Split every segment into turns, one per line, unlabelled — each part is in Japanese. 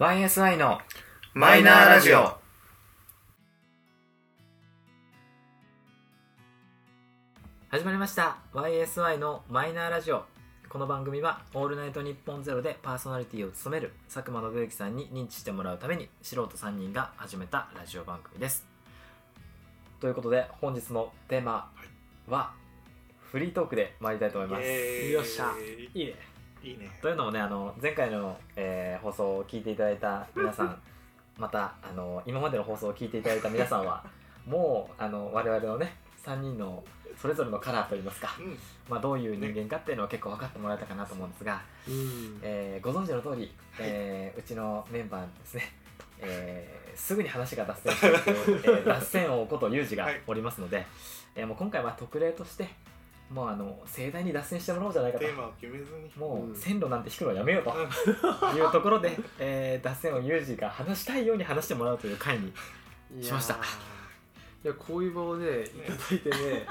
YSI の
マイナーラジオ。
始まりました YSI のマイナーラジオこの番組は「オールナイトニッポンゼロでパーソナリティを務める佐久間信之さんに認知してもらうために素人3人が始めたラジオ番組ですということで本日のテーマはフリートークで参りたいと思いますよっしゃいいね
いいね。
というのもねあの前回の、えー放送を聞いていただいた皆さん またあの今までの放送を聞いていただいた皆さんは もうあの我々のね3人のそれぞれのカラーといいますか、
うん。
まあ、どういう人間かっていうのは結構分かってもらえたかなと思うんですが、えーご存知の通り、えーうちのメンバーですね、えーすぐに話が脱線してしまう、 えー脱線王ことユージがおりますので、えーもう今回は特例としてもうあの盛大に脱線してもらおうじゃないかと
テーマを決めずに。
も
うん
う線路なんて引くのはやめようというところで、えー脱線をユージが話したいように話してもらうという回に
いやー
しました
いやこういう場をねいただいてね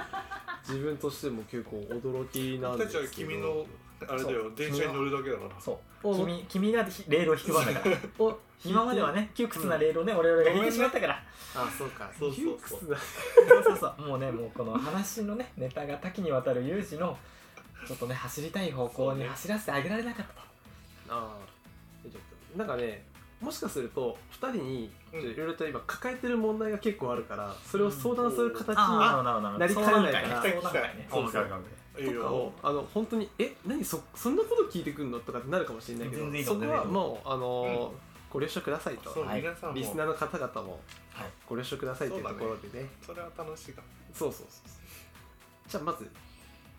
自分としても結構驚きなん
僕
で
た
す
ち
けど
は君の、あれだよ、電車に乗るだけだから。
そう
お
君君がひレールを引く番だから
お
今まではね窮屈なレールをね、俺らが引いてしまったから
あそうか
そうそうそう
窮屈な
そうそうそうもうねもうこの話のねネタが多岐にわたるユージのちょっとね走りたい方向に走らせてあげられなかったと
あーちょっとなんかねもしかすると2人にちょっといろいろと今抱えてる問題が結構あるからそれを相談する形に、
ああなるほどなるほど
なりかねないから
相談会ね
そう
相
そう
談会ね
いい
とかを
よ。
あの本当にえ何そそんなこと聞いてくんのとかってなるかもしれないけど
全然いいと
そ
思う
こはもうあのー
う
ご了承くださいと
そう、
はい
皆さん
リスナ
も、
ーの方々も
はい
ご了承くださいというところでね
それは楽しいかも。
そうそうそうそうじゃあまずとり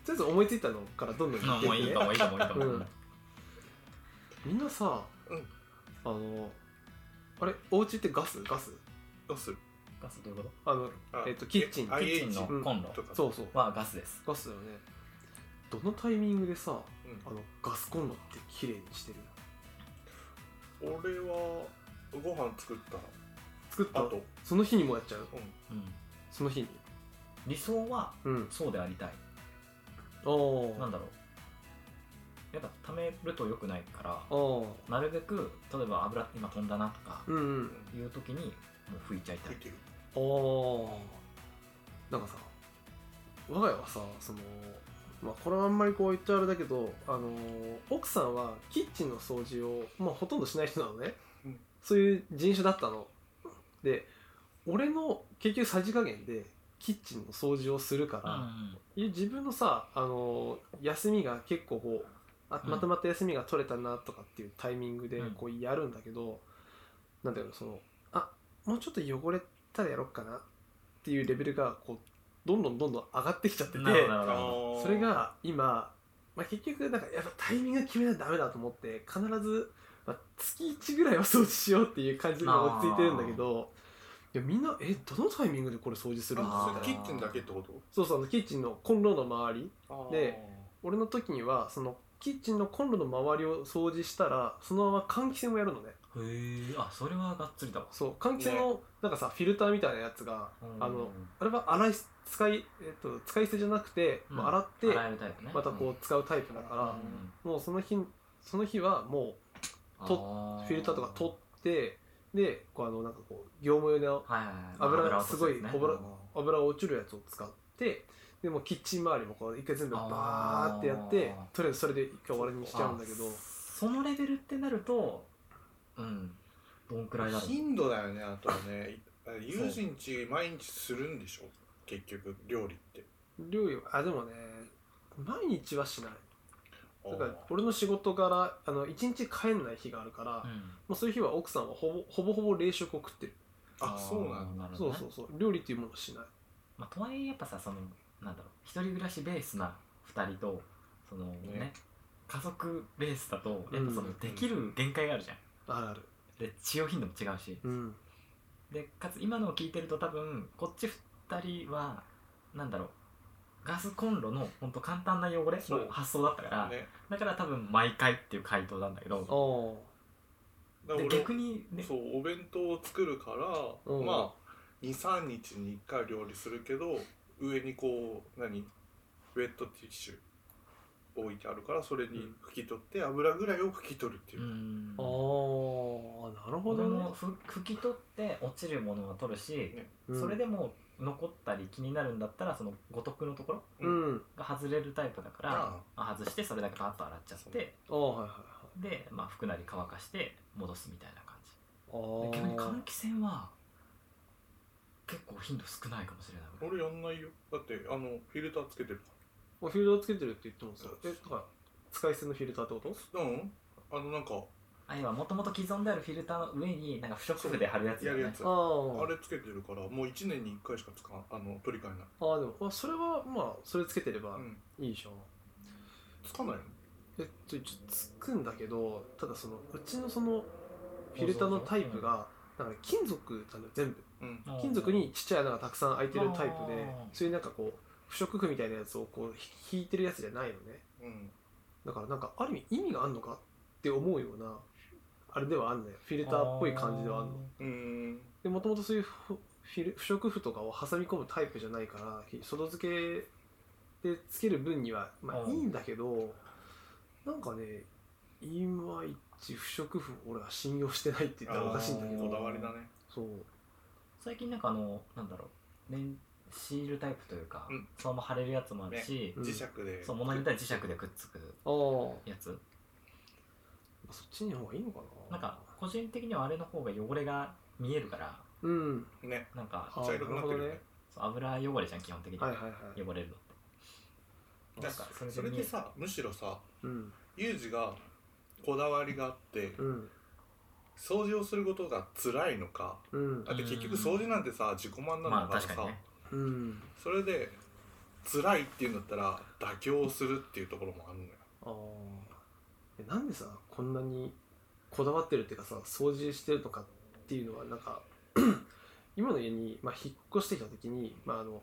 あえず思いついたのからどんどん言って
もうい
い
い
く
と
ね
思ういいと思ういいと思
う
うん
みんなさ、
うん
あのあれお家ってガスガス
どうする
ガスどういうこ
あの
あ
えっとキッチン
あ
とキ
IH
ッチンのコン
と
ロ
か。
そうそう
はガスです
ガスだよねどのタイミングでさ
うん
あのガスコンロって綺麗にしてる
俺は、ご飯作っ
作ったた
後。
その日にもやっちゃう
うん。
うん
その日に
理想は
うん
そうでありたい
お
なんだ
だ
ろうやっぱ溜めると良くないから
お
なるべく例えば油今飛んだなとか
うんうん
いう時にもう拭いちゃいた
吹
い
いてる。
おーなんかさ我が家はさその、まあ、これはあんまりこう言っちゃあれだけど、あのー奥さんはキッチンの掃除を、まあ、ほとんどしない人なのね、
うん
そういう人種だったので俺の結局さじ加減でキッチンの掃除をするから、いや自分のさ、あのー休みが結構こうあ
うん
まとまった休みが取れたなとかっていうタイミングで
うん
こうやるんだけど、なんだろうそのあもうちょっと汚れたらやろっかなっていうレベルがこうどんどんどんどん上がってきちゃってて
なるほどなるほど
ー
それ、が今、まあ、結局なんかやっぱタイミング決めないとダメだと思って必ず、まあ、月1ぐらいは掃除しようっていう感じで今落ち着いてるんだけどいやみんなえどのタイミングでこれ掃除するんです
あー
そ
か
れキッチンだけってこ
そうそうあのキッチンのコンロの周り
と
で、俺の時にはそのキッチンのコンロの周りを掃除したらそのまま換気扇をやるのね
へえあそれはがっつりだわ
そう換気扇のなんかさ、フィルターみたいなやつがあのあれは洗い使い、えっと、使い捨てじゃなくて、
うん
まあ洗って
洗えるタイプね
またこう使うタイプだから、もうその日その日はもとうフィルターとか取
っ
ってでこうあのなんかこう業務用の
はいはいはい
油
を落とやつね
すごい油油落ちるやつを使ってでもうキッチン周りもこう一回全部バーってやって
あー
とりあえずそれで一回終わりにしちゃうんだけど
あそのレベルってなるとうんどんくらいだろう
頻度だよねあとはね友人ち毎日するんでしょ結局料理って
料理はあでもね毎日はしないだから
あー
俺の仕事柄あの一日帰んない日があるから、
う
も
ん
うそういう日は奥さんはほぼほぼほぼ冷食を食ってる、
あそうなんだ
んだ
そうそうそう料理っていうものはしない
まあ、とはいえやっぱさそのなんだろう一人暮らしベースな2人とそのね
ね
家族ベースだとやっぱその
うん
できる限界があるじゃん、
あるある
で使用頻度も違うし
うん
でかつ今のを聞いてると多分こっち2人はなんだろうガスコンロのほんと簡単な汚れ
そう
の発想だったから、
ね
だから多分毎回っていう回答なんだけど
お
だか
で
ら俺
逆にね
そうお弁当を作るから、
うん
まあ23日に1回料理するけど上にこう何ウェットティッシュ置いてあるからそれに拭き取って油ぐらいを拭き取るっていうう、
ん
ああなる
ふ拭き取って落ちるものは取るし、
うん
それでもう残ったり気になるんだったらその五徳のところ
うん
が外れるタイプだから、
あ
まあ外してそれだけパッと洗っちゃって
ああはいはい
で、まあ、服なり乾かして戻すみたいな感じ
はいああ
逆に換気扇は結構頻度少ないかもしれない
俺やんないよだってあのフィルターつけてるか
おフィルターつけてるって言ってますよ
そ
え
う
だから使い捨てのフィルターってこと
らうんあのなんか
あ要はもともと既存であるフィルターの上になんか不織布で貼るやつだ
や
よ
るや
ね
つあ
あ
れつけてるからもう1年に1回しか使わあの取り替えない
あああでもあそれはまあそれつけてれば
うん
いいでしょ、
つかないの
えっと一応つくんだけどただそのうちのそのフィルターのタイプがなんか金属なんだよ全部
うん
うん
金属にちっちゃい穴がたくさん開いてるタ
あ
イプで
ー
そういうなんかこう不織布みたいなやつをこうひ引いてるやつじゃないのね
うん
だからなんかある意味意味があるのかって思うようなあれではあんねフィルターっぽい感じではあんの
うーん
でもともとそういうふフィル不織布とかを挟み込むタイプじゃないからひ外付けでつける分にはま
う
あ
ん
いいんだけどなんかねいまいち不織布を俺は信用してないって言ったらおかしいんだけ
あーこ
ど
だわりだね
そう
最近なんかあのなんだろう面シールタイプというか、
うん
そのまま貼れるやつもあるし、
うん
磁石で
そう物によっては磁石でくっつく
あー
やつ
そっちの方がいいのかな
なんか個人的にはあれの方が汚れが見えるから
うん
ね
なんか
あー
茶色くなってるよ
なるほど
ね
ね
そう油汚れじゃん基本的に、
はいはいはい
汚れるのって
な
なんんか
か
それで
それ
見え
でさむしろさ
うん
ユージがこだわりがあって
うん
掃除をすることが辛いのか
うん
だって結局掃除なんてさ自己満なんだ
まあ
から
確
さ、
かにね
うん
それで辛いっていうんだったら妥協をするっていうところもあるのよ
ああえなんでさこんなにこだわってるっていうかさ掃除してるとかっていうのはなんか 今の家に、まあ、引っ越してきた時に、まあ、あの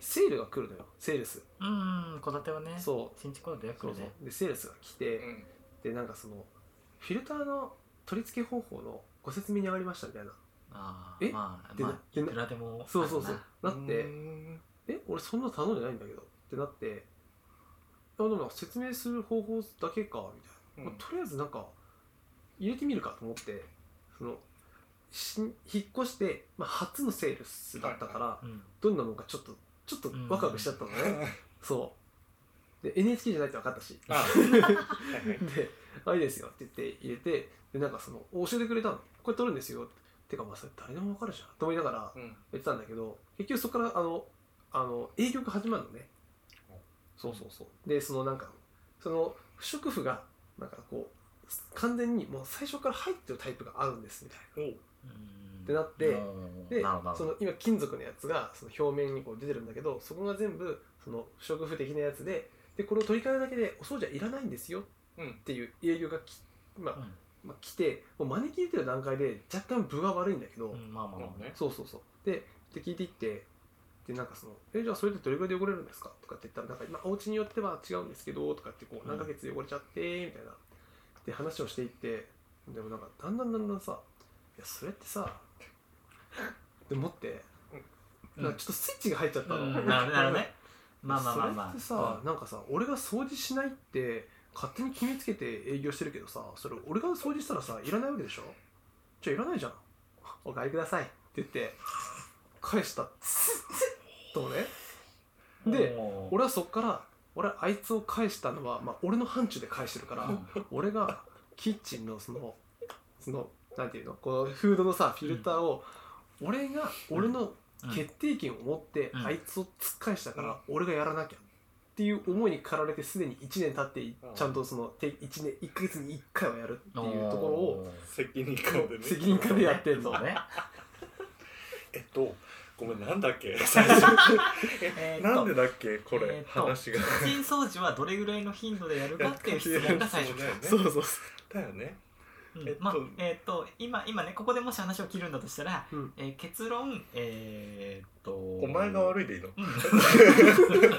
セールが来るのよセールス
うーん戸建てはね
そう
新築戸建てよく
そう
る
そ
ね
うでセールスが来て、
うん
でなんかそのフィルターの取り付け方法のご説明に上がりましたみたいな
あ
え
あまあ
でな
まあ
で
い
な
くらでも
そうそうそ
あ
う
る
なって
うーん
え俺そんな頼んでないんだけどってなってあでもなんか説明する方法だけかみ
うん
たいなま あとりあえずなんか入れてみるかと思ってそのし引っ越して、まあ、初のセールスだったから、
なうん
どんなもんかちょっとちょっとワクワクしちゃったのね、 そうで NHK じゃないって分かったし
あはいはい
で「あいいですよ」って言って入れてでなんかその教えてくれたのこれ取るんですよてかまあそれ誰でも分かるじゃんと思いながら
うん
やってたんだけど結局そこからあのあの営業が始まるのね
お
そうそうそうでそのなんかその不織布がなんかこう完全にもう最初から入ってるタイプがあるんですみたいな
おう
っ
ってなってで
なるほどなるほ
そ
ど
の今金属のやつがその表面にこう出てるんだけどそこが全部その不織布的なやつででこれを取り替えるだけでお掃除はいらないんですよっ
うん
ていう営業がき、まあ
うん
まあ、来てもう招き入れてる段階で若干分が悪いんだけど、
うんまあまあま
まあね
そうそうそうでで聞いていってでなんかその「えじゃあそれでどれぐらいで汚れるんですか?」とかって言ったら「なんか今お家によっては違うんですけど」とかってこう
う
何
ん
ヶ月で汚れちゃってみたいなで話をしていってでもなんかだんだんだんだんさ「いやそれっ てさ」って思って
うん
なんかちょっとスイッチが入っちゃったの、
うんなるほどなるほどね まあまあまあまあ
それってさ、なんかさ俺が掃除しないって勝手に決めつけて営業してるけどさそれ俺が掃除したらさいらないわけでしょじゃあいらないじゃんお帰りくださいって言って返したとね
うん
で
もう
俺はそっから俺はあいつを返したのは、まあ、俺の範疇で返してるから
うん
俺がキッチンのそのそのなんていうのこうフードのさフィルターを、俺が俺の決定権を持って
うん
あいつを突っ返したから俺がやらなきゃっていう思いに駆られてすでに1年経って
うん
ちゃんとその1年1ヶ月に1回はやるっていうところを
責任
そ
感で
う
ね
責任感でやってんの
そう ね
えっとごめんなんだっけ最初
えーっと
なんでだっけこれ、
えーっと
話 が
キッチン掃除はどれぐらいの頻度でやるかっていう質問が最初
そうだよね
そうそうそう
だよね
うん
えっと
まあえーっと今今ねここでもし話を切るんだとしたら、
うん
えー結論えーっと
お
お
前が悪
い
いでいいの
うん、うん、そうね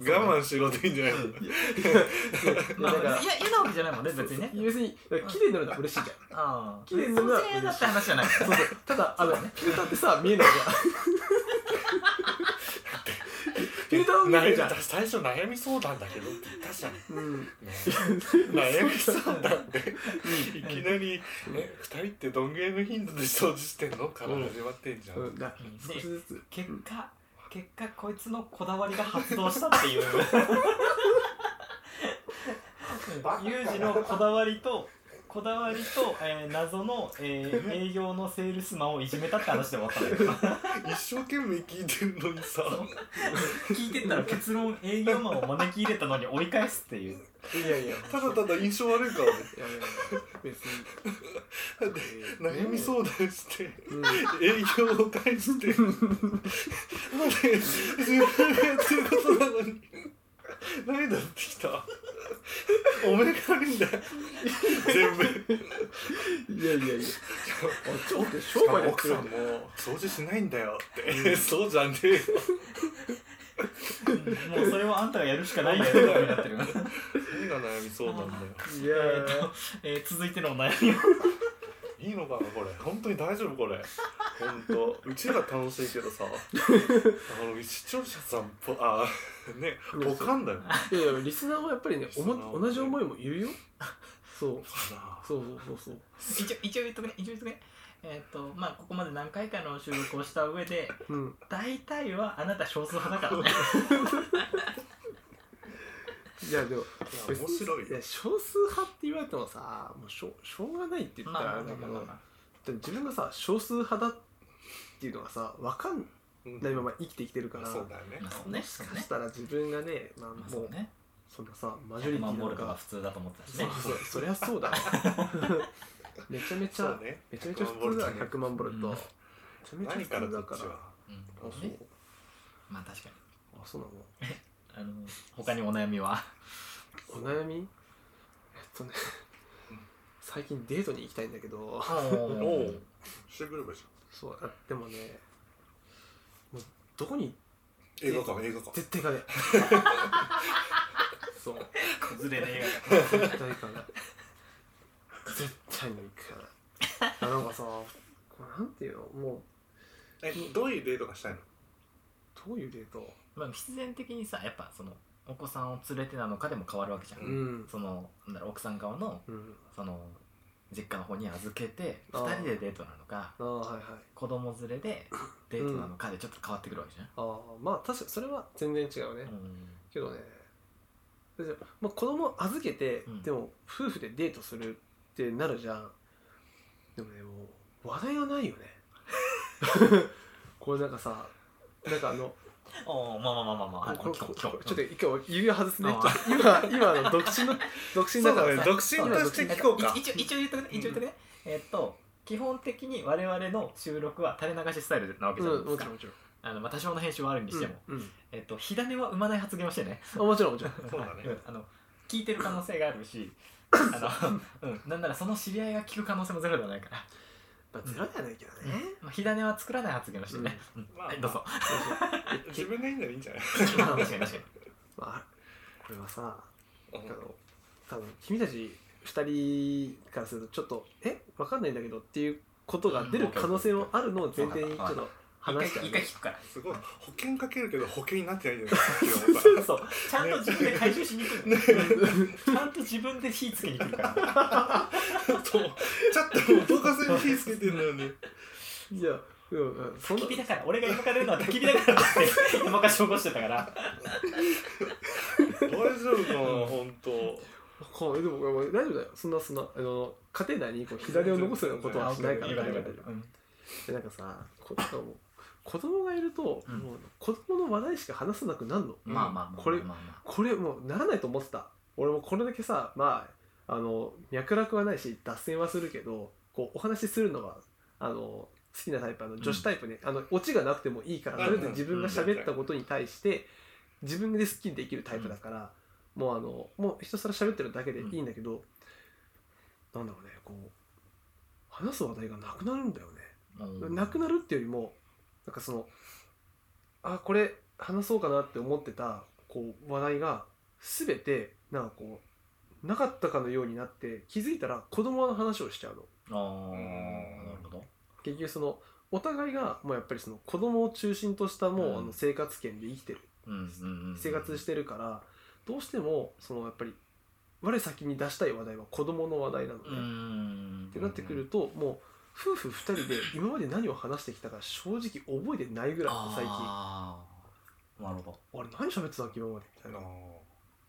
我慢しろでいいんじゃないの
うん
だ
まあ
か
いや
ら
嫌なわけじゃないもんね別にね
別にだから綺麗になるのは嬉しいじゃん
ああ
綺麗になるのは
そうだって話じゃないか
そうそうただあのフィルターってさ見えないじフィルターを見
悩
る
み
じゃん
だ最初悩み相談だけどって言ったじゃん、ね、
うん
悩み相談っていきなり「
うん
え二人ってどんぐらいの頻度で掃除してんの?」から始まってんじゃん、
うんだ
うん
少しずつ
結果結果こいつのこだわりが発動したっていうユージのこだわりとこだわりと、えー謎の、えー営業のセールスマンをいじめたって話で終わったんだけど
一生懸命聞いてんのにさ
聞いてたら結論営業マンを招き入れたのに追い返すっていう
いやいやいやいや
ただただ印象悪いからね
いや別に
だって悩み相談して
うん
営業を返してまで自分がやってることなのに何だってきたおめえが悪いんだよ全部
いやいやいやあちょっと商売やって
奥さ
る
ん
ん
も
だ
掃除しないんだよって、そうじゃねえよ
うんもうそれはあんたがやるしかないんだよってになってる
何が悩み相談だよ
いや
えーと、えー続いてのお悩みを
いいのかなこれ本当に大丈夫これ本当うちら楽しいけどさあの視聴者さんぽあねポカンだよ
いやいやリスナーはやっぱりねお
リスナー
も
は
同じ思いもいるよそう
な
そうそうそう
一応一応言っとくね一応言っとくねえっ、とまあここまで何回かの収録をした上で
そううん
大体はあなた少数派だからね
いやで
いや
も
面白い
い
よ
や少数派って言われてもさもうしょしょうがないって言ったらあれだけど、でも自分がさ少数派だっていうのがさ分かん
うん
ないまま生きてきてるから、
そうだよね
まあそうね
もしかしたら自分がね、ま
まあ
あ、も
そううね
そんなさマジョリティな
守
の
るのが
か、
普通だと思ってたし
そ
ね
うそうそりゃそ うだわめちゃめち
そう
ゃ、
ね
めちゃめちゃ普通だ
100
100万ボルト、
うん
めちゃめちゃ
何
普
から
通
ど
だ
っ
か
ち
ら
は
うん
あそう
ねまあ確かに
あそうなの
あの他にお悩みは
お悩みえっとね
うん
最近デートに行きたいんだけど
お
お
うシェグルーブじ
そうあでもねもうどこに
ゃん映画館映画館
絶対行かねえ そう
崩れね
絶対行かない絶対に行かないあなんかさこうなんていうのも
えどういうデートがしたいの
うどういうデート
まあ必然的にさやっぱそのお子さんを連れてなのかでも変わるわけじゃん、
うん
そのなんだろう奥さん側の
うん
その実家の方に預けて
あ
2
ー
人でデートなのか
ああはいはい
子供連れでデートなのかでちょっと変わってくるわけじゃん、
ああまあ確かにそれは全然違うね、
うん
けどねでまあ、子供預けて、
うん
でも夫婦でデートするってなるじゃんでもねもう話題がないよね これなんかさなんかあの
おおまあまあまあまあまあ
これこれ
今日今
こ
日
れちょっと一回指輪外すね
あ
ちょっと今今あの独身の 独身だから
そうだね
さ
独身として聞こうか
一応一応言っとくね一応言っとくね、えっと基本的に我々の収録は垂れ流しスタイルなわけじゃな
う
い
ん
です
も
か
ち、ろんもちろん
あのまあ、多少の編集はあるにしても、
うんうん
えっと火種は生まない発言をしてね
あもちろんもちろん
そうだね
んあの聞いてる可能性があるしあの、うん、なんならその知り合いが聞く可能性もゼロではないから、
まあゼロではないけどね、
まあ、火種は作らない発言をしてね、うん
まあ
はいどうぞ
自分がいいならいいんじゃな い
確かに確かに
まあ、これはさあの多分君たち2人からするとちょっとえわかんないんだけどっていうことが出る可能性もあるのを前提にちょっと話してあ
一回
げ
一回聞
る
くから
すごい保険かけるけど保険になってないんだよさっきの
そう ちゃんと自分で回収しに来る、ね、ちゃんと自分で火つけに来るから
そう ちょっとおどかせに火つけてんだよね
いやうんうんそんな
焚き火だから俺が今から出るのは焚き火だからって山火消防してたから
大丈夫かな本当
こうでもこれ大丈夫だよそんなそんなあの家庭内にこう左を残すようなことはしないから
うん
大
うん
丈夫大丈夫でなんかさこなんかもう子供がいると、
うん
もう子供の話題しか話さなくなるの、
まあまあまあ
これ
まあまあ
これもうならないと思ってた俺もこれだけさまああの脈絡はないし脱線はするけどこうお話しするのはあの好きなタイプあの女子タイプね、あのオチがなくてもいいから
うん
とりあえず自分が喋ったことに対して自分で好きにできるタイプだから、もうあのもうひたすら喋ってるだけでいいんだけど、なんだろうねこう話す話題がなくなるんだよね。
まあうん
なくなるっていうよりもなんかそのあこれ話そうかなって思ってたこう話題が全てなんかこうなかったかのようになって気づいたら子供の話をしちゃうの
あーなるほど
結局そのお互いがもうやっぱりその子供を中心としたもう
うん
あの生活圏で生きてる
うんうんうん
生活してるからどうしてもそのやっぱり我先に出したい話題は子供の話題なので、
う
っ
ん
てなってくるともう夫婦2人で今まで何を話してきたか正直覚えてないぐらい最近あ
あーなるほ
れ何喋ってたっけ今までみたいな
あ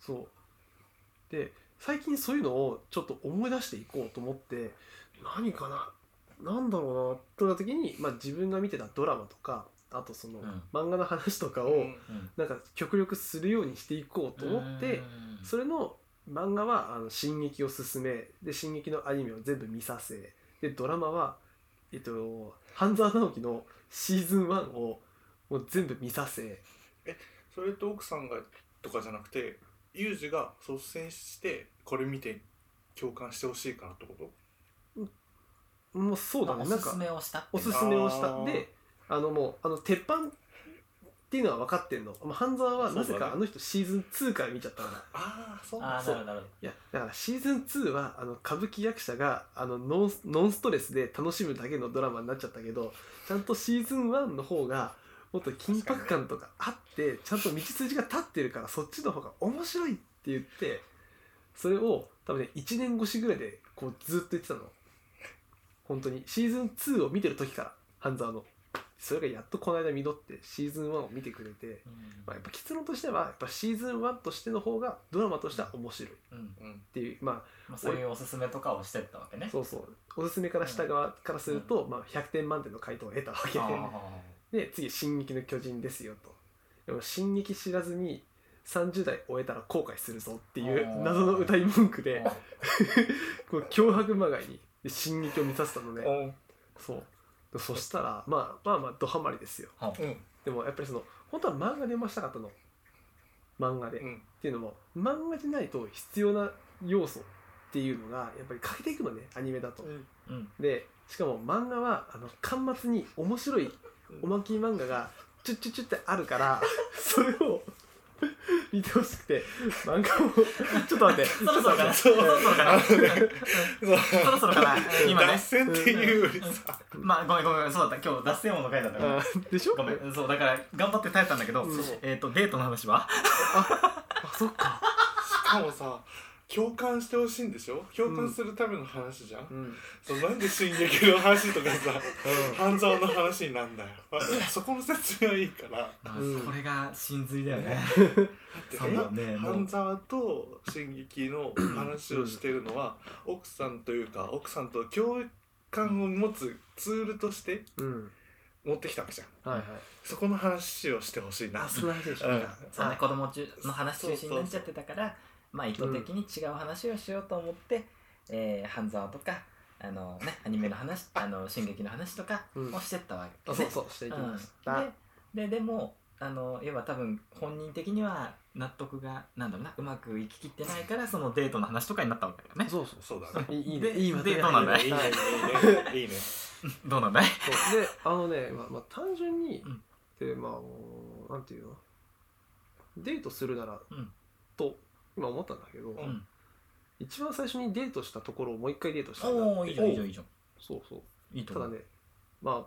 そうで最近そういうのをちょっと思い出していこうと思って何かな何だろうなとなった時に、まあ、自分が見てたドラマとかあとその、
うん
漫画の話とかを、
を
ど、うん、
なんか極力するようにしていこうと思って、
うん
それの漫画はあの進撃を進めで進撃のアニメを全部見させでドラマは、えっと、半沢直樹のシーズン1をもう全部見させ
それと奥さんがとかじゃなくてユージが率先してこれ見て共感してほしいからってこと
もうそうだ
まあ
ね
お
なん
す
か
すめをしたって
おすすめをし
あ
た
ー
であのもうあの鉄板っていうのは分かってんのまあ半沢はなぜ
そうだ
か
ね
あの人シーズン2から見ちゃったから
ああそう
あ
なん
あ
だ
なるほどなるほ
いやだからシーズン2はあの歌舞伎役者があのノンノンストレスで楽しむだけのドラマになっちゃったけどちゃんとシーズン1の方がもっと緊迫感とかあってちゃんと道筋が立ってるからそっちの方が面白いって言ってそれを多分ね1年越しぐらいでこうずっと言ってたの本当にシーズン2を見てる時から半沢のそれがやっとこの間実ってシーズン1を見てくれて、
ど、
まあ、やっぱ結論としてはやっぱシーズン1としての方がドラマとしては面白いっ
うん
うん
ていうまあ
まあ、そういうおすすめとかをしてったわけね
そうそうおすすめから下側からすると、まあ、100点満点の回答を得たわけ
あ
でで次「進撃の巨人」ですよとでも「進撃」知らずに30代終えたら後悔するぞっていう
おー
謎の歌い文句
ー
でこう脅迫まがいにで進撃を満たせたのね
うん
そうでそしたら、まあ、まあまあドハマりですよ
うん
でもやっぱりその本当は漫画で読ましたかったの漫画で、
うん
っていうのも漫画じゃないと必要な要素っていうのがやっぱり欠けていくのねアニメだと、
うん
でしかも漫画はあの巻末に面白いおまけ漫画がチュッチュッチュッってあるから それを見てほしくて漫画を ちょっと待って
そろそろかな
そ
そうろそろかな
そう
そろそろかな今ね
脱線っていうよりさ
まあごめんごめんそうだった今日脱線音の回だったから
あでしょ
ごめんそうだから頑張って耐えたんだけど、
うん
えっ、とデートの話は
あそっか、
しかもさ共感してほしいんでしょ共感するための話じゃん、
うん
そうなんで進撃の話とかさ半沢の話になんだよあそこの説明はいいからだ
まあ
うん
これが真髄だよね
って
そうだね
え
もう
半沢と進撃の話をしてるのは奥さんというか奥さんと共感を持つツールとして
うん
持ってきたわけじゃん
はいはい
そこの話をしてほしいな
あ そんな話でしょ、
うん
そうね
あ
子供中の話中心になっちゃってたからまあ意図的に違う話をしようと思って、えー半沢とかあのねアニメの話あの進撃の話とか
うん
をしてったわけ
あ
ね
そうそうしていきまし
う
た、
んでででもあの要は多分本人的には納得がなんだろうなうまくいききってないからそのデートの話とかになったわけだよね
そうそう
そうだね
いいいい
で
ねいいまとめ
でどうなんだい
いいね
はい
いいねいいね
どうなんだい
そうであのね、まあまあ、単純に、
うん
でまあもうなんていうのデートするなら、
うん
と今思ったんだけど、
うん
一番最初にデートしたところをもう一回デートしたんだ
おおいいじゃんいいじゃんいいじゃ
そうそうん
いいと
た
思
だ
う
ね、まあ、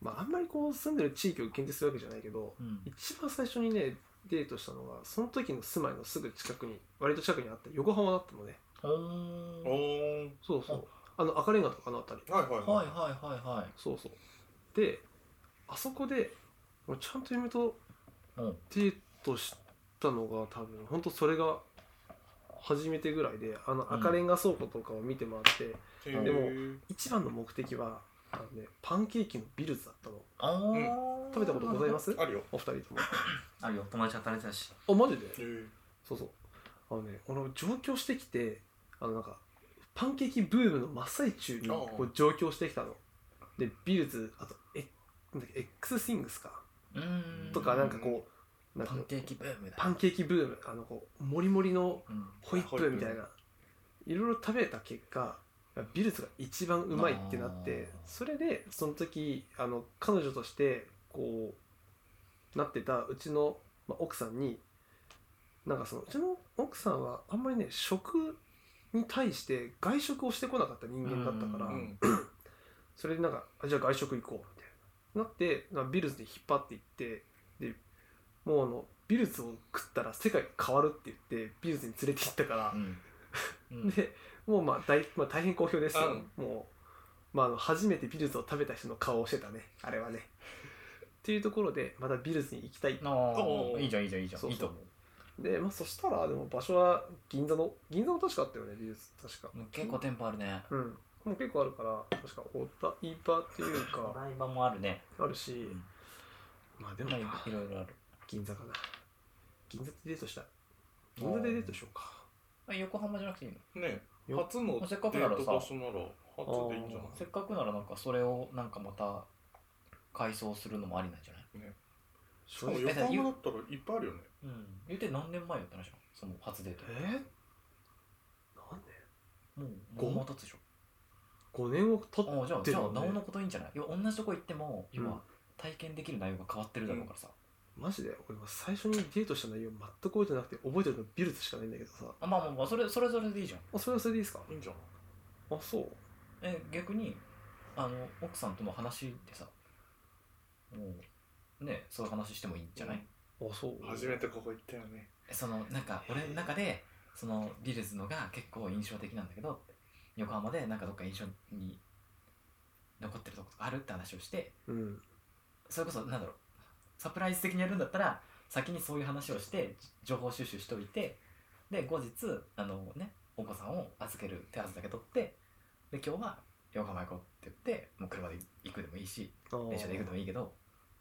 まああんまりこう住んでる地域を限定するわけじゃないけど
うん
一番最初にねデートしたのがその時の住まいのすぐ近くに割と近くにあった横浜だったのね
お
お
ー
ーん
そうそうあの赤レンガとかのあたり
はいはい
はいはいはいはい
そうそうであそこでまあちゃんと読むと
うん
デートしたのが多分本当それが初めてぐらいであの赤レンガ倉庫とかを見て回って、
へー
でも一番の目的はあの、ね、パンケーキのビルズだったの
お
うん
ー
食べたことございます
あるよ
お二人とも
あるよ友達働いてたし
あマジで
へー
そうそうあのね俺も上京してきてあのなんかパンケーキブームの真っ最中に
ああ
こう上京してきたのでビルズあとえなんだっけ X シングスか
うーん
とかなんかこうなん
パ
か
ンケーキブームだ
パンケーキブームあのこうもりもりの
うん
ホイップみたいないろいろ食べた結果ビルズが一番うまいってなって
あー
それでその時あの彼女としてこうなってたうちの、まあ、奥さんになんかそのうちの奥さんはあんまりね食に対して外食をしてこなかった人間だったから、
うん
うん
それでなんかあじゃあ外食行こうみたいななってなんかビルズで引っ張って行ってでもうあのビルズを食ったら世界が変わるって言ってビルズに連れて行ったから
う、んうん
でもうまあ大,、まあ、大変好評ですよ、もう、まあ、あの初めてビルズを食べた人の顔をしてたねあれはねっていうところでまたビルズに行きたい
あ
お
ー
ー
いいじゃんいいじゃんいいじゃん
そうそう
いいと思う
で、まあ、そしたらでも場所は銀座の銀座の確かあったよねビルズ確か
もう結構テンポあるね
うんもう結構あるから確かお台場っていう
お
か
台場もあるね
あるし、
ん
まあで
い
も
ろいろある
銀座かな銀座でデートしたい銀座でデートしようか
あ横浜じゃなくていいの
ね
よ
初のデ
せっかくなら
ー
さ
ト場所なら初でいいんじゃない
せっかくならなんかそれをなんかまた改装するのもありなんじゃない
し
正
かも横
直
浜だったらいっぱいあるよね
うん言うて何年前やったらしいのその初デート
えなんで
もう
ご
5年経つでしょ
5年を経
ああじゃあ
って
じ
る
ゃあ
の
なおの
ね
こといいんじゃない要は同じとこ行っても今、
うん
体験できる内容が変わってるだろうからさ、
マジで俺も最初にデートした内容全く覚えてなくて覚えてるのビルズしかないんだけどさ
あまあまあまあそれそれぞれでいいじゃん
あそれはそれでいいですか
いいんじゃない
あそう
え逆にあの奥さんとの話でさもうねそういう話してもいいんじゃない、
あそう
初めてここ行ったよね
そのなんか俺の中でそのビルズのが結構印象的なんだけどって横浜でなんかどっか印象に残ってるとことかあるって話をして
うん
それこそなんだろうサプライズ的にやるんだったら先にそういう話をしてじ情報収集しておいてで後日あのねお子さんを預ける手はずだけ取ってで今日は横浜行こうって言ってもう車で行くでもいいし
あー
電車で行くでもいいけど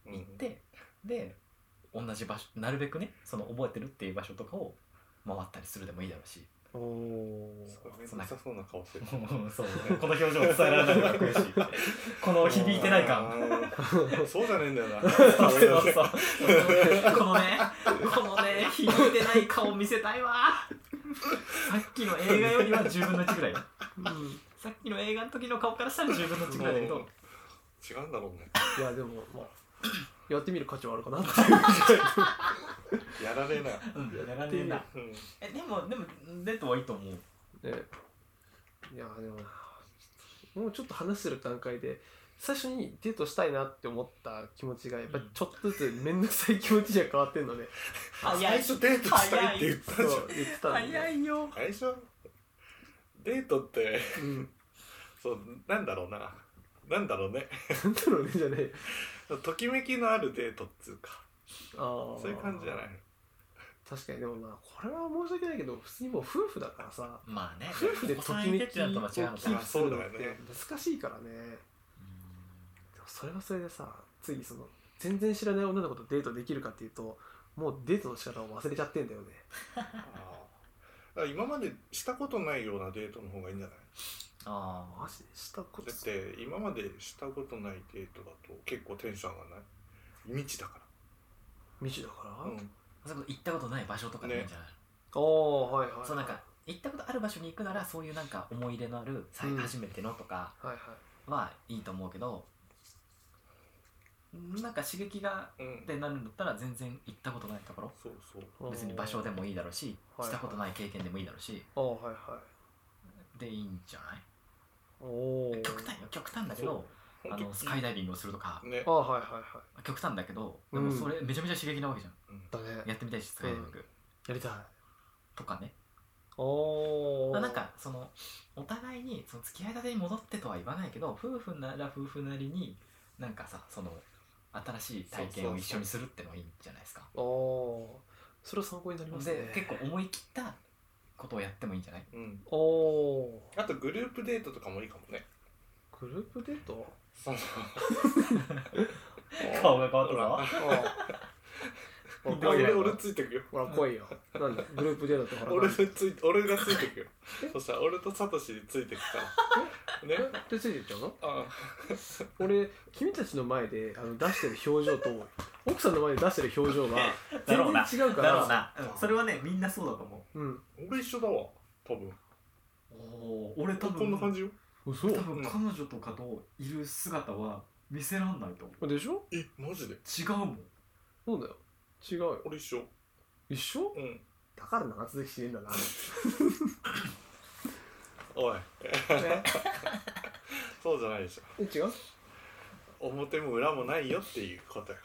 うん
行って、で同じ場所なるべくねその覚えてるっていう場所とかを回ったりするでもいいだろうし
おー
すごいめんどくさそうな顔してる
そうこの表情伝えられないから悔しい この響いてない感
うんそうじゃねえんだよな
そうそうそうこのねこのね響いてない顔見せたいわさっきの映画よりは10分の1ぐらい
うん
さっきの映画の時の顔からしたら10分の1ぐらいだけど
もう違うんだろうね
いやでもまあやってみる価値はあるかなっていう
やられえな
うんやら ねえな
うん
えでもでもデートはいいと思う
ねいやでもなもうちょっと話してる段階で最初にデートしたいなって思った気持ちがやっぱりちょっとずつ面倒くさい気持ちじゃ変わって んのね、
最初デートしたいって言ったじ
そ
ゃ
うん言ってたんで、
早いよ
最初デートって
うん、
そうなんだろうななんだろうね
なんだろうねじゃない
ときめきのあるデートっつうか
ああ
そういう感じじゃない
確かにでもまあこれは申し訳ないけど普通にもう夫婦だからさ
まあね
夫婦でときめきをキ
だと間違うのか
ー
な
プするのっ
あそうだよ
て
ね
難しいからねでもそれはそれでさ次その全然知らない女の子とデートできるかっていうともうデートの仕方を忘れちゃってんだよね
あーだから今までしたことないようなデートの方がいいんじゃない
ああ
マジでしたこと
だって今までしたことないデートだと結構テンション上がらない未知だか
未知だから、
ら、うん、
そこ行ったことない場所とかでもいいんじゃない、
ああはいはいはい
そうなんか行ったことある場所に行くならそういうなんか思い入れのあるさい
うん
初めてのとか
はいはい
はいいと思うけど、なんか刺激が
うん
っ、てなるんだったら全然行ったことないところ
そうそう
あー
別に場所でもいいだろうし
はい
したことない経験でもいいだろうし
ああはいは
でいいんじゃない
いおお
極端よ極端だけど
そう
あ
本当
のスカイダイビングをするとか
ね
ああはいはいは
極端だけどで
うん
もそれめちゃめちゃ刺激なわけじゃん、
うん
いだね
やってみたいしスカイダイビング
やりたい
とかね、
おお
まあなんかそのお互いにその付き合いたてに戻ってとは言わないけど夫婦なら夫婦なりになんかさその新しい体験を一緒にするってのはいいんじゃないですか
おおーそれは参考になりますね
で結構思い切ったことをやってもいいんじゃない
うん、
おお
あとグループデートとかもいいかもね
グループデート
その
が変ぞ
わ
ああほら怖い
俺
よ
俺ついてくよ
ほら怖いよなんでグループデートってほら
俺
なん
つい俺がついてくよそしたら俺とサトシについてくからね
でついていっちゃうの
あ
俺君たちの前であの出してる表情と奥さんの前で出してる表情が
だろうな
全然違うか
だろ
ら
うな、うんそれはねみんなそうだと思
うん
俺一緒だわ多分
うおお俺多分
こんな感じよ
嘘
多分彼女とかといる姿は見せらんないと思う
でしょ
えマジ
違
で
うもん
そうだよ違うよ
俺一緒
一緒
うん
だから長続きしねえん だな
おい
ね
そうじゃないでしょ
え違う
表も裏もないよっていうことよ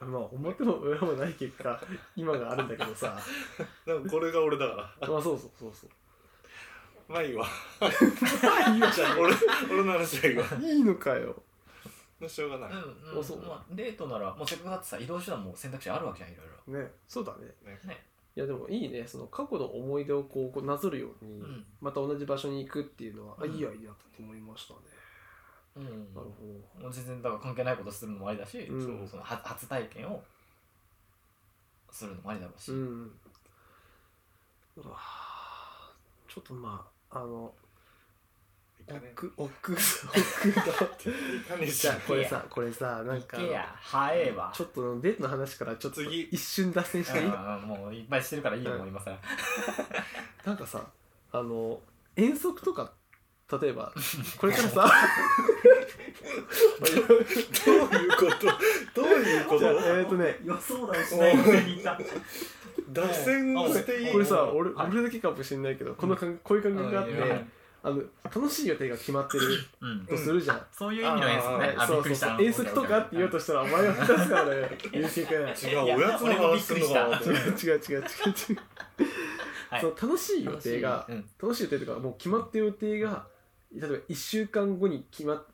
まあ表も裏もない結果今があるんだけ どさ
なんかこれが俺だから
まあそうそうそうそう
まあいいわ
いいの
じゃあ俺俺の話はいいわ
かいいのかよ
しょうがない、
うん、う、
あそうん
まあデートならもうせっかくだってさ移動手段も選択肢あるわけじゃんいろい
ねそうだね
ろね
いやでもいいねその過去の思い出をこうこうなぞるように、
うん
また同じ場所に行くっていうのは、あ
うん
いいアイデアだと思いましたね、
うん、
なるほ
もう全然だから関係ないことするのもありだし、
うん
そうその初初体験をするのもありだろうし、
どうんうわあちょっとまああの
いかねえ
奥奥 奥だって
いかねえ
じ
じ
ゃ
ゃ
あ
ん
これさこれさなんか
いけや早えわ
ちょっとデートの話からちょっと
次
一瞬脱線したい
うんうんもういっぱいしてるからいいよ、
うん
もう今さ
なんかさあの遠足とか例え ばこれからさ
どういうことどういうこ
じゃあえ
と
ー、とね
予想だ
しない店
にいた
脱線をしていい
これさ
うん
俺,、
はい
俺だけかもしれないけどこの感こういう感覚があって、あの楽しい予定が決まってる
うん
とするじゃん、
そういう意味の遠足ね
あ
あ
そ
びっ
う
く
そう
りし
そ
た
う遠足とかって言おうとしたらお前が出すからね遠足かよ
違うおやつの話するのかなと
違う
思っ
違う違う違う違う、
はい
その楽しい予定が
うん
楽しい予定とかもう決まった予定が例えば1週間後に決まっ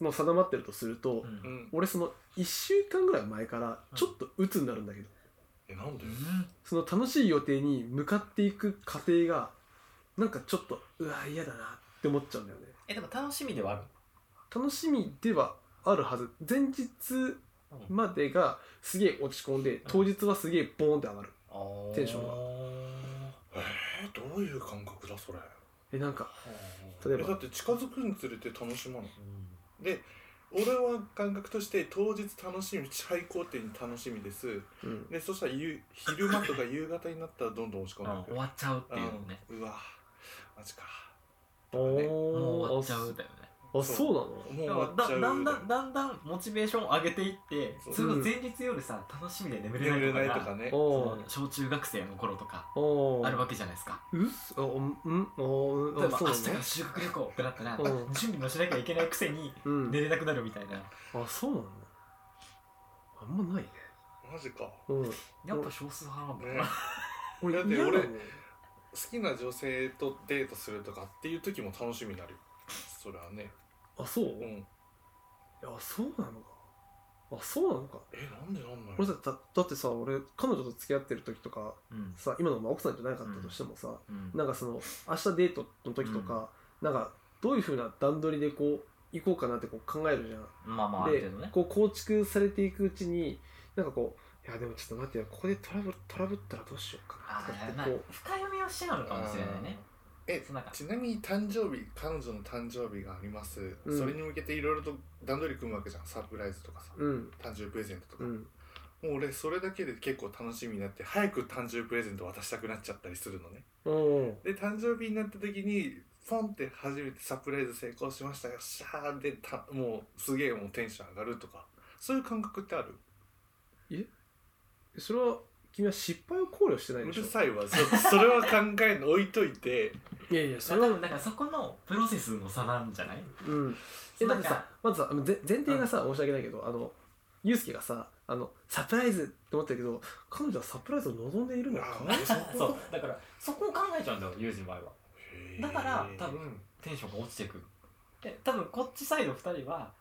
もう定まってるとすると、
うん
てうん
俺その1週間ぐらい前からちょっと鬱になるんだけど、
えなんで
その楽しい予定に向かっていく過程がなんかちょっとうわ嫌だなって思っちゃうんだよね
えでも楽しみではある
楽しみではあるはず前日までがすげえ落ち込んで当日はすげえボーンって上がるテンションが
えー、どういう感覚だそれ
えなんか
が
例え
えだ
ば
って近づくにつれて楽しまないで俺は感覚として当日楽しみ最高点に楽しみです
うん
でそしたら夕昼間とか夕方になったらどんどん落ち込んでいく
終わっちゃうっていうのね
うんうわマジか
もう終わ
お
っちゃう
ー
だよね
あそうなの
もう終
だ
わ
か
っ
ら
ちゃ
だ
う
だんだんだんだんモチベーション上げていって
そう
それこそ前日夜さ楽しみで眠れ
眠れ
な
ないい
とか
と
が
かね
お
その小中学生の頃とか
ーおー
あるわけじゃないですか
うっすあうんうんお
例え
ーあ
ば
そう
明日か
なの
ら修学旅行ってなったら
うん
準備もしなきゃいけないくせに
うん
寝れなくなるみたいな
あそうなのあんまないね
マジか好
うん
やっぱ少数派なんだ
ね
な
だ
俺
って
嫌なの
俺きな女性とデートするとかっていう時も楽しみになるよそれはね
あそう
うん
あそうなのかあそうなのか
えなんでなんだよ
俺さだだってさ俺彼女と付き合ってる時とか
うん
さ今のまあ奥さんじゃなかったとしてもさ、
うん
なんかその明日デートの時とか、なんかどういうふうな段取りでこう行こうかなってこう考えるじゃん。
まあまあある
で
程度ね
こう構築されていくうちになんかこういやでもちょっと待ってよここでトラブトラブったらどうしようかな
あ
とか
ー
っ
ま
て
あ
こう
深読みをしちゃうのかもしれないね
え
そうなんか
ちなみに誕生日彼女の誕生日があります、
うん
それに向けていろいろと段取り組むわけじゃんサプライズとかさ
うん
誕生日プレゼントとか、
う
も
ん
う俺それだけで結構楽しみになって早く誕生日プレゼント渡したくなっちゃったりするのね
おー
で誕生日になった時にポンって初めてサプライズ成功しましたよっしゃーでたもうすげえもうテンション上がるとかそういう感覚ってある
それは君は失敗を考慮してな
う
いでしょ
るさいわそ それは考えの置いといて
いやいやそ
多
れは
分なんかそこのプロセスの差なんじゃない
うんえだっ
なん
てさ
か
まずさあのぜ前提がさ申し訳ないけどあのユうスケがさあのサプライズって思ってるけど彼女はサプライズを望んでいるのか
あそ
そうだからそこを考えちゃうんだよ友人の場合はだから多分テンションが落ちてくるで多分こっちサイド2人は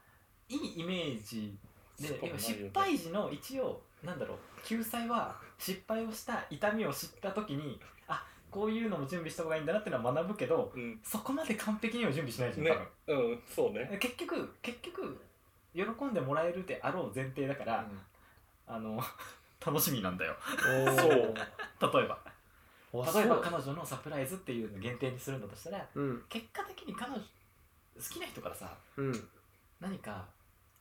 いいイメージで
そ
や
う
っぱ
ないよね
失敗時の一応なんだろう救済は失敗をした痛みを知った時にあこういうのも準備した方がいいんだなってのは学ぶけど
うん
そこまで完璧には準備しないじゃん、
ね
多分
うんそうね
結局結局喜んでもらえるであろう前提だから、あの 楽しみなんだよ
そう
例えば
おーあ
例えば
そう
彼女のサプライズっていうのを限定にするんだとしたら
うん
結果的に彼女好きな人からさ
うん
何か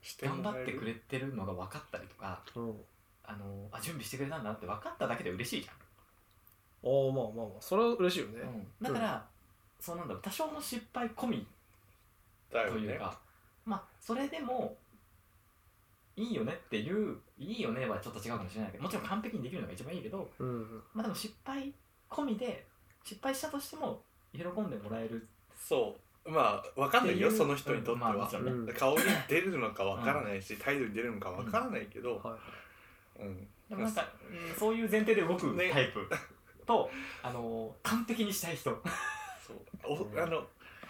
して
頑
も
張
らえ
ってくれてるのが分かったりとか
うん
あのあ準備してくれたんだなって分かっただけで嬉しいじ
あーまあまあまあそれは嬉しいよ
ゃん、
ね、
だから、そうなんだろう多少の失敗込み
だよ
という
ね
か、まあそれでもいいよねっていういいよねはちょっと違うかもしれないけどもちろん完璧にできるのが一番いいけど、
うんうん、
まあ、でも失敗込みで失敗したとしても喜んでもらえる
そうまあわかんないよ
っていう
その人にとって
うんまあも
は
ちろんね
うん
顔に出るのかわからないし態度に出るのかわからないけど
はい
うん
でもなんか、うんそういう前提で動く
ね
タイプと、あのー完璧にしたい 人
そうおあの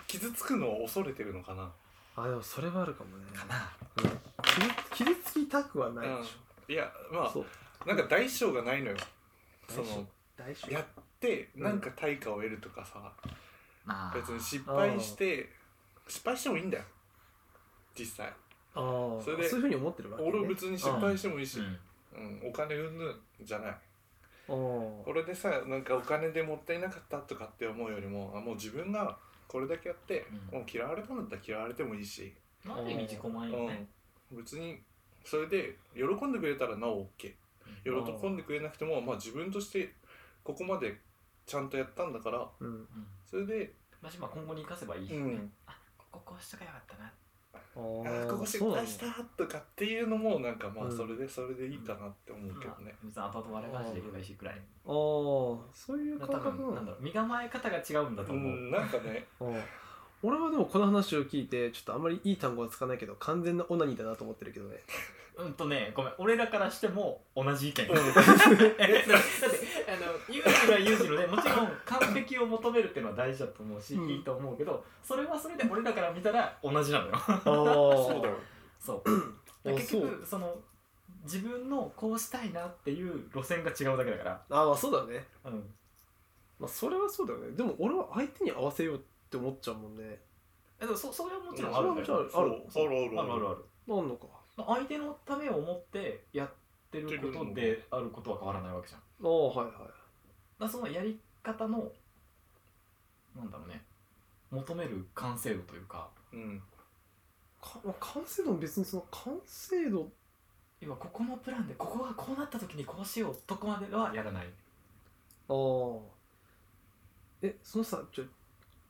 傷つくのを恐れてるのかな
あでもそれはあるかもね、
かな
うん傷傷つきたくはないでし
いや
ょ、
ま
そう
あなんか大小がないのよそ
大
の
丈大丈
やってなんか対価を得るとかさ、
まあ
別に失敗して失敗してもいいんだよ実際
夫あ
そ
あそ
れ
う
で
いうふうに思ってるわけ、ね、
俺は別に失敗してもいいし、
う
うん
ん
お金うんぬんじゃない
あー
これでさなんかお金でもったいなかったとかって思うよりもあもう自分がこれだけやって、
うん
もう嫌われたんだったら嫌われてもいいし、
まあある意味自己満よね、
うん、別にそれで喜んでくれたらなお OK
う
よ
喜んでくれなくても、まあ、自分としてここまでちゃんとやったんだから
う
ん
ん
うん
それで、
まあまあ今後に生かせばいいし
う
ね、
ん、
あこここうしとけばよかったな
あ
あ
ー
ーここ失
そうなん
敗
だ
したとかっていうのもなんかまあ
うん
それでそれでいいかなって思うけどね。
別に後々割れ話でいけばいいしくらい
あーそういう
多
感覚
分
な
なんん
だ
だろう身構え方が違うんだと
う
思う、
ん、なんかね、
あー俺はでもこの話を聞いてちょっとあんまりいい単語はつかないけど完全なオナニーだなと思ってるけどね
うんとねごめん俺らからしても同じ意見
うん
だってあのユージはユージのねもちろん完璧を求めるっていうのは大事だと思うし、
うん
いいと思うけどそれはそれで俺らから見たら同じなのよ
ああそ
そうだよ。
そうだから結局その自分のこうしたいなっていう路線が違うだけだから、
あーまあそうだね
うん、
まあそれはそうだよねでも俺は相手に合わせようって思っちゃうもんね
えでもそそれはもちろんあるんだ
それは
よ
もちろんある
そうある
あるあるある
なんのか
相手のためを思ってやってることであることは変わらないわけじゃんだか
ああはいはい
らそのやり方のなんだろうね求める完成度というか
うん。
かまあ完成度も別にその完成度
今ここのプランでここはこうなった時にこうしようとこまではやらない
ああえそのさちょ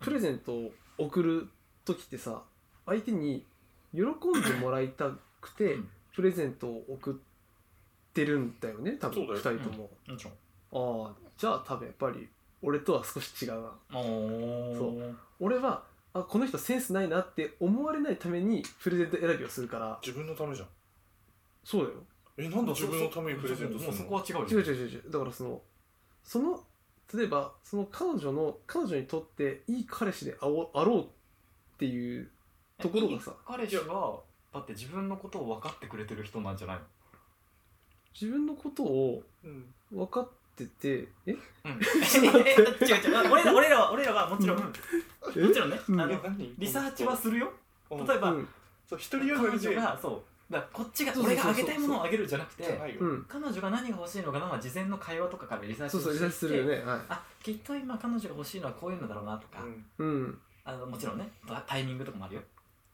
プレゼントを送る時ってさ相手に喜んでもらいたくて
うん
プレゼントを送ってるんだよね多分
そう
2
だ
よ
人とも、
もちろん
ああじゃあ多分やっぱり俺とは少し違うなそ
そう
俺はあこの人センスないなって思われないためにプレゼント選びをするから
自分のためじゃん。
そうだよ
え、なんで自分のためにプレゼントするの
そこは違う
違う
う
違う違う違うだからそのその例えばその彼女の彼女にとっていい彼氏であおあろうっていうところがさ
彼氏はだって自分のことを分かってくれてる人なんじゃないの
自分のことを
うん。
分かってて
う
え
んええ 違う違う俺ら俺らは俺らはもちろん
う
も
え
ちろんねあ
うん
の
何
リサーチはするよ
うん
例えば
うん
そう、一人
彼
より
女
で、
がそうだからこっちが
そうそう
俺があげたいものをあげるじゃなくて
じゃないよ
う。ん
彼女が何が欲しいのかなは事前の会話とかからリサーチ
そう
を
そうリサーチするよねはい
あきっと今彼女が欲しいのはこういうのだろうなとか、
うん
うん
あのもちろんねタタイミングとかもあるよ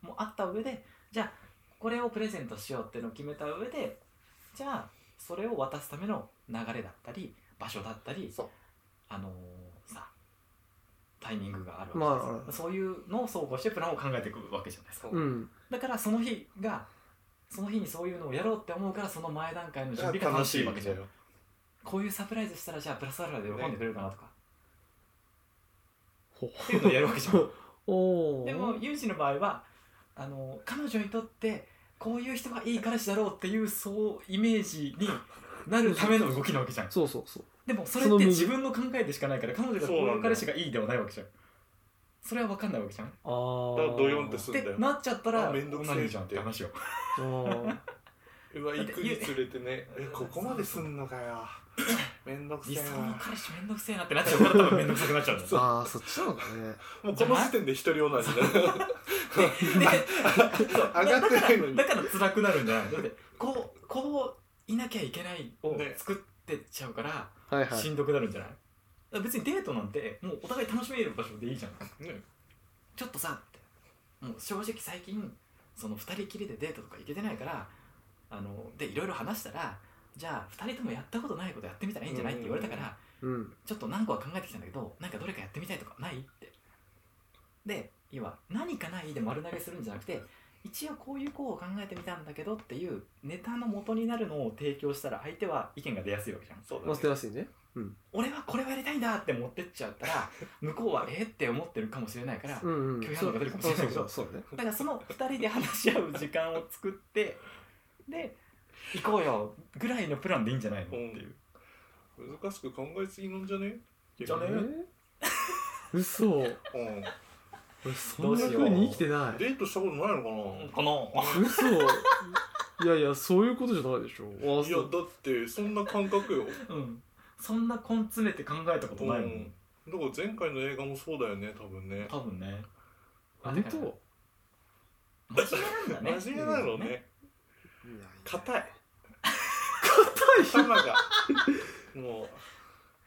もうあった上でじゃあこれをプレゼントしようっていうのを決めた上でじゃあそれを渡すための流れだったり場所だったり
そう
あのーさタイミングがある
まあ
わ
あ
け
るあ
です、そういうのを総合してプランを考えていくわけじゃないですか
そう
うん
だからその日がその日にそういうのをやろうって思うからその前段階の準備が楽しいわけじゃん
楽し
こういうサプライズしたらじゃあプラスアルファで喜んでくれるかなとか、
ほ
っていうのをやるわけじゃん
おお
でもユージの場合はあの彼女にとってこういう人がいい彼氏だろうっていうそうイメージになるための動きなわけじゃん
そうそうそう
でもそれっ
その
て
矛盾
自分の考えでしかないから彼女がこう
そうないん
う
だ
彼氏がいいではないわけじゃんそれは分かんないわけじゃんっ
あ
だ
あ
からドヨンってす
て
るんだよ。
なっちゃったら
あめんどくせえ
オナニーじゃんって話よ
あー
うわ、行くにつれてね、
だって
え、ここまですんのかよ。めんどくせ
理
え
想の
な。
彼氏めんどくせえなってなっちゃうから多分めんどくさくなっちゃうんだよ
あーそっちなのかね
もうこの時点で一人同じだよ。
そう
上がってないのに
だからだから辛くなるんじゃないだってこうこういなきゃいけないを
ね
作ってっちゃうから、
はいは
し
い
んどくなるんじゃないだから別にデートなんてもうお互い楽しめる場所でいいじゃん
ね
ちょっとさってもう正直最近その2人きりでデートとか行けてないからあのでいろいろ話したらじゃあ2人ともやったことないことやってみたらいいんじゃないって言われたから、
うん
ちょっと何個は考えてきたんだけどなんかどれかやってみたいとかないってで要は何かないで丸投げするんじゃなくて一応こういう項を考えてみたんだけどっていうネタの元になるのを提供したら相手は意見が出やすいわけじゃん
そうだ
まあ
ね
捨て。やすいね
俺はこれをやりたいんだって持ってっちゃったら向こうはえって思ってるかもしれないから、
うんうん
拒否反
そ
応
う
が出るかもし
そう
れない
そう
けど
そうそうだね
だからその2人で話し合う時間を作ってで行こうよぐらいのプランでいいんじゃないのって
うん
いう
難しく考えすぎなんじゃね
じゃね
え 嘘
うん
俺そ
ど
ん
う
な
しよう
風に生きてない
デートしたことないのか
この
嘘 いやいやそういうことじゃないでしょ
な
あ
いや
そう
だってそんな感覚よ
うんそんな根詰めて考えたことないも
うん
ん
だから前回の映画もそうだよね多分ね
多分ね
姉とい
真面目なんだね
真面目なのね
やいや
硬い
硬い
頭がも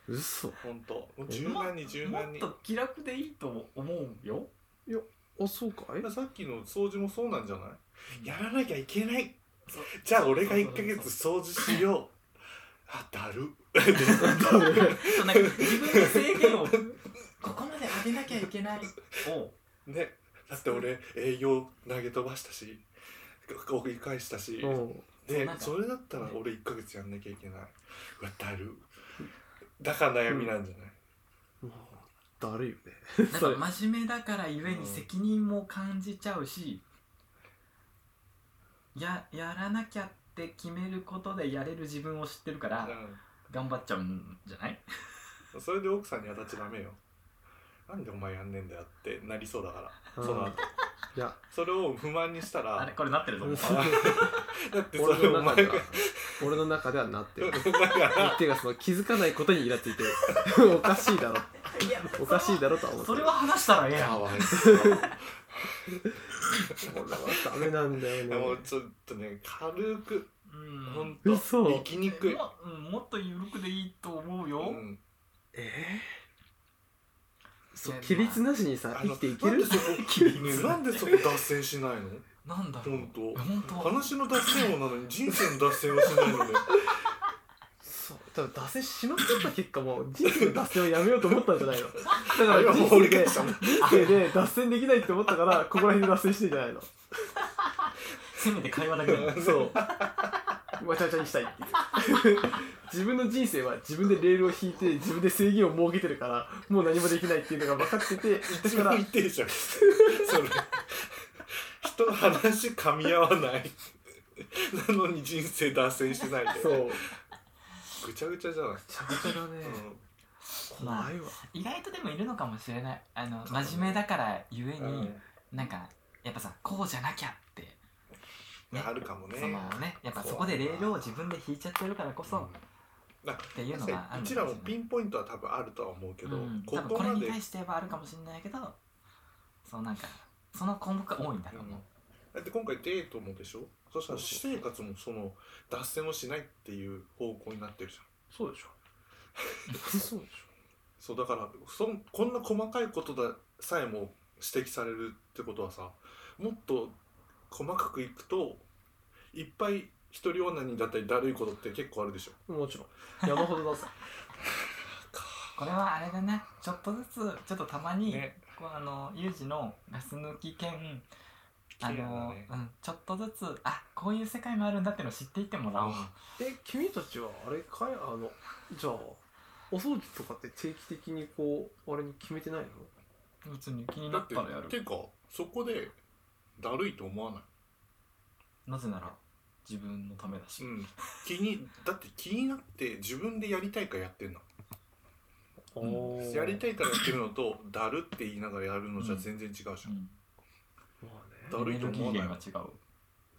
う
嘘
ほんともう柔軟に柔
も
軟
っ
に
と気楽でいいと思うよ
あそうか い
さっきの掃除もそうなんじゃないやらなきゃいけない
そう
じゃあ俺が1ヶ月掃除しようあだる
そうなんか自分の制限 をここまで上げなきゃいけないを
ねだって俺営業投げ飛ばしたし追い返したし
うん
そう
で
なんか
それだったら俺1ヶ月やんなきゃいけないうわだるだから悩みなんじゃない、
まあだるいよ
な
ね
んか
それ
真面目だからゆえに責任も感じちゃうしややらなきゃって決めることでやれる自分を知ってるから頑張っちゃうんじゃない
うんそれで奥さんに当たっちゃダメよなんでお前やんねえんだよってなりそうだから
うん
その後
いや
それを不満にしたら
あれこれなってるぞ
うん
だってそ
俺
れ
の
お
中
前
で
が
は俺の中ではなってる
だから
っていうかその気づかないことにイラついてる おかしいだろ
いや
おかしいだろとは思って
そ
る
れは話したらええや
か
ん
わいそう
俺はダメなんだよね
もうちょっとね軽く
うん
ほんと
嘘
生きにくい、
も,、うん、もっと緩くでいいと思うよ、
うん、
え
そ
ー、規律なしにさ
あ
生
の
きていける
なんでそこ
律
なんでそこ脱線しないの
なんだろう
本当
本当
話の脱線王なのに人生の脱線はしないので
そう多分脱線しまくった結果もう人生の脱線をやめようと思ったんじゃ ないのだから
あれは
人
もう
生
俺が
で人
したもん
生で脱線できないって思ったからここら辺で脱線してんじゃないの
せめて会話だけだよ
そうわちゃわちゃにしたいっていう自分の人生は自分でレールを引いて自分で制限を設けてるからもう何もできないっていうのが分かっててだ
一
か
番
ら
言ってるじゃんそれ人の話噛み合わないなのに人生脱線してないで
そう
ぐちゃぐちゃじゃない、
ちゃくちゃだね
う
怖いわ
意外とでもいるのかもしれないあの真面目だからゆえに、
んうん
なんかやっぱさこうじゃなきゃってね
あるかもね
そのねやっぱそこでレールを自分で引いちゃってるからこそ、っていうのがある
う
の
ち
からも
も
しれ
ピ
ない
ンポイントは多分あるとは思うけど、
うん、
こ
多分
こ
これ
ま
に
で
対してはあるかもしれないけどそうなんかその項目が多いんだろうね、
だって今回デートもでしょそしたら私生活もその脱線をしないっていう方向になってるじゃん
そうでしょ そうでし
そうだからそんこんな細かいことださえも指摘されるってことはさもっと細かくいくといっぱい一人女にだったりだるいことって結構あるでしょ
ょもちろん山ほどださ
これはあれだねちょっとずつちょっとたまに、
ね
こうあのユージのガス抜き兼あ
綺麗だ
の、
ね
うん、ちょっとずつあこういう世界もあるんだってのを知っていってもらおう、
え君たちはあれかいあのじゃあお掃除とかって定期的にこうあれに決めてないの
別に気に
だ
な
っ
ってたらや
て
る
いうかそこでだるいと思わない
なぜなら自分のためだし、
うん、気にだって気になって自分でやりたいからやってんの
ん
あー
やりたいからやってるのと「だる」って言いながらやるのじゃ全然違うじゃん、
うん
まあ
だ
ね
るい
エ
と
ネルギ
思わ
ー
ない
源が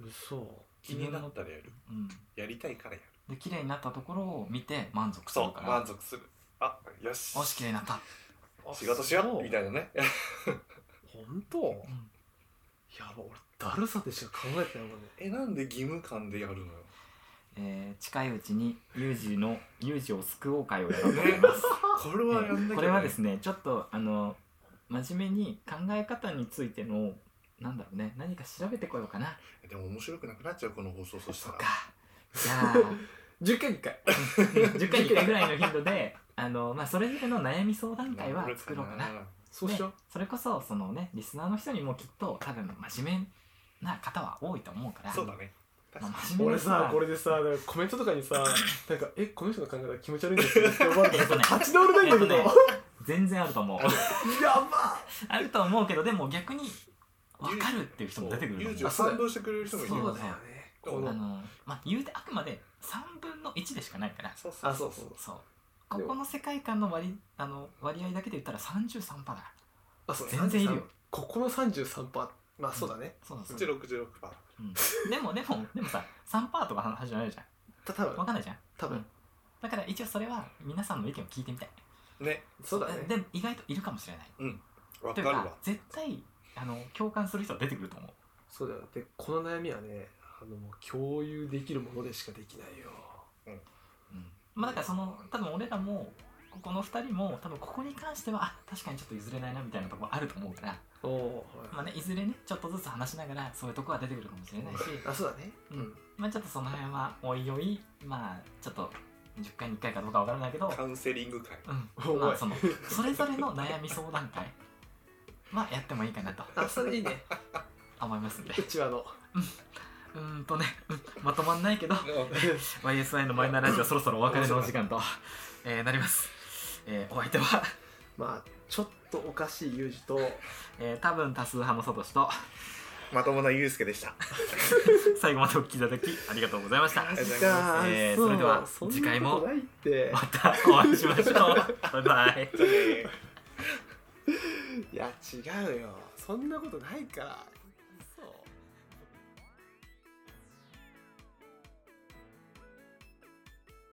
違う、
嘘
気になったらやる
うん、
やりたいからやる
で綺麗になったところを見て満足す
そ
る
う
から
満足するあよし
よし綺麗になった、
仕事しようみた
い
いなね
本当や
うん
ば俺だるさでしか考えてないもんね
えなんで義務感でやるのよ
えー近いうちにユージのユージを救おう会をやろうと思います
これはやんなきゃね
これはですねちょっとあの真面目に考え方についてのなんだろうね何か調べてこようかな
でも面白くなくなっちゃうこの放送そし
そ
た
っ
ら
かじゃあ
10回1回
10回に1回ぐらいの頻度であの、まあ、それぞれの悩み相談会は
なる
作ろうかな
そうしよう
でそれこそそのねリスナーの人にもきっと多分真面目な方は多いと思うから
そうだね
まあ
確か
真面目
俺
な人は
さこれでさなんかコメントとかにさなんか「えこの人の考え方気持ち悪いんですよ」って思われたら さ立ち直れないんだけど
えっ
や
とね全然あると 思う
ば
あると思うけどでも逆に分かるっていう人も出てくると
ユー
思
ジを賛同してくれる人もいる
そ
よ
うだよ
ねこ
あ
の
のまあ言うてあくまで3分の1でしかないから
そうそう
あ
そ
そうう
そ
そうう
そうここの世界観の割あの割合だけで言ったら33%だから
あそう
全然いるよ
33ここの33パーまあそうだね、
そうなん
う
です
ち
よ、
66%パ
うん、でもでもでもさ3%とかの話じゃないじゃ
た多
んわ
分
かんないじゃん
多分、
うんだから一応それは皆さんの意見を聞いてみたい
ーね
そうだね
で意外といるかもしれない
わ
と
か
いう
る
か
わ
絶対あの共感する人は出てくると思う
そうだよでこの悩みはねあのもう共有できるものでしかできないよ
うんまあだからその多分俺らもここの2人も多分ここに関してはあ確かにちょっと譲れないなみたいなとこあると思うから、
おお
まあね、いずれねちょっとずつ話しながらそういうとこは出てくるかもしれないし、
あそうだね
うんまあ、ちょっとその辺はおいおいまあちょっと10回に1回かどうかわからないけど、
カウンセリン グ会
うんまあ、そのそれぞれの悩み相談会まあやってもいいかなと
あそれいいね
思いますんで
うちわの
うーんとねうんまとまんないけど
うん
YSI のマイナーラジオそろそろお別れのお時間と、えーなります、えーお相手は、
まあちょっとおかしいユージと
えー多分多数派のサトシと
まともなユうスケでした
最後までお聞きいただきありがとうございました
がとうございます
えー
そう
それでは
そんな
次回も
ことな いって
またお会いしましょうバイバイ
いや違うよそんなことないから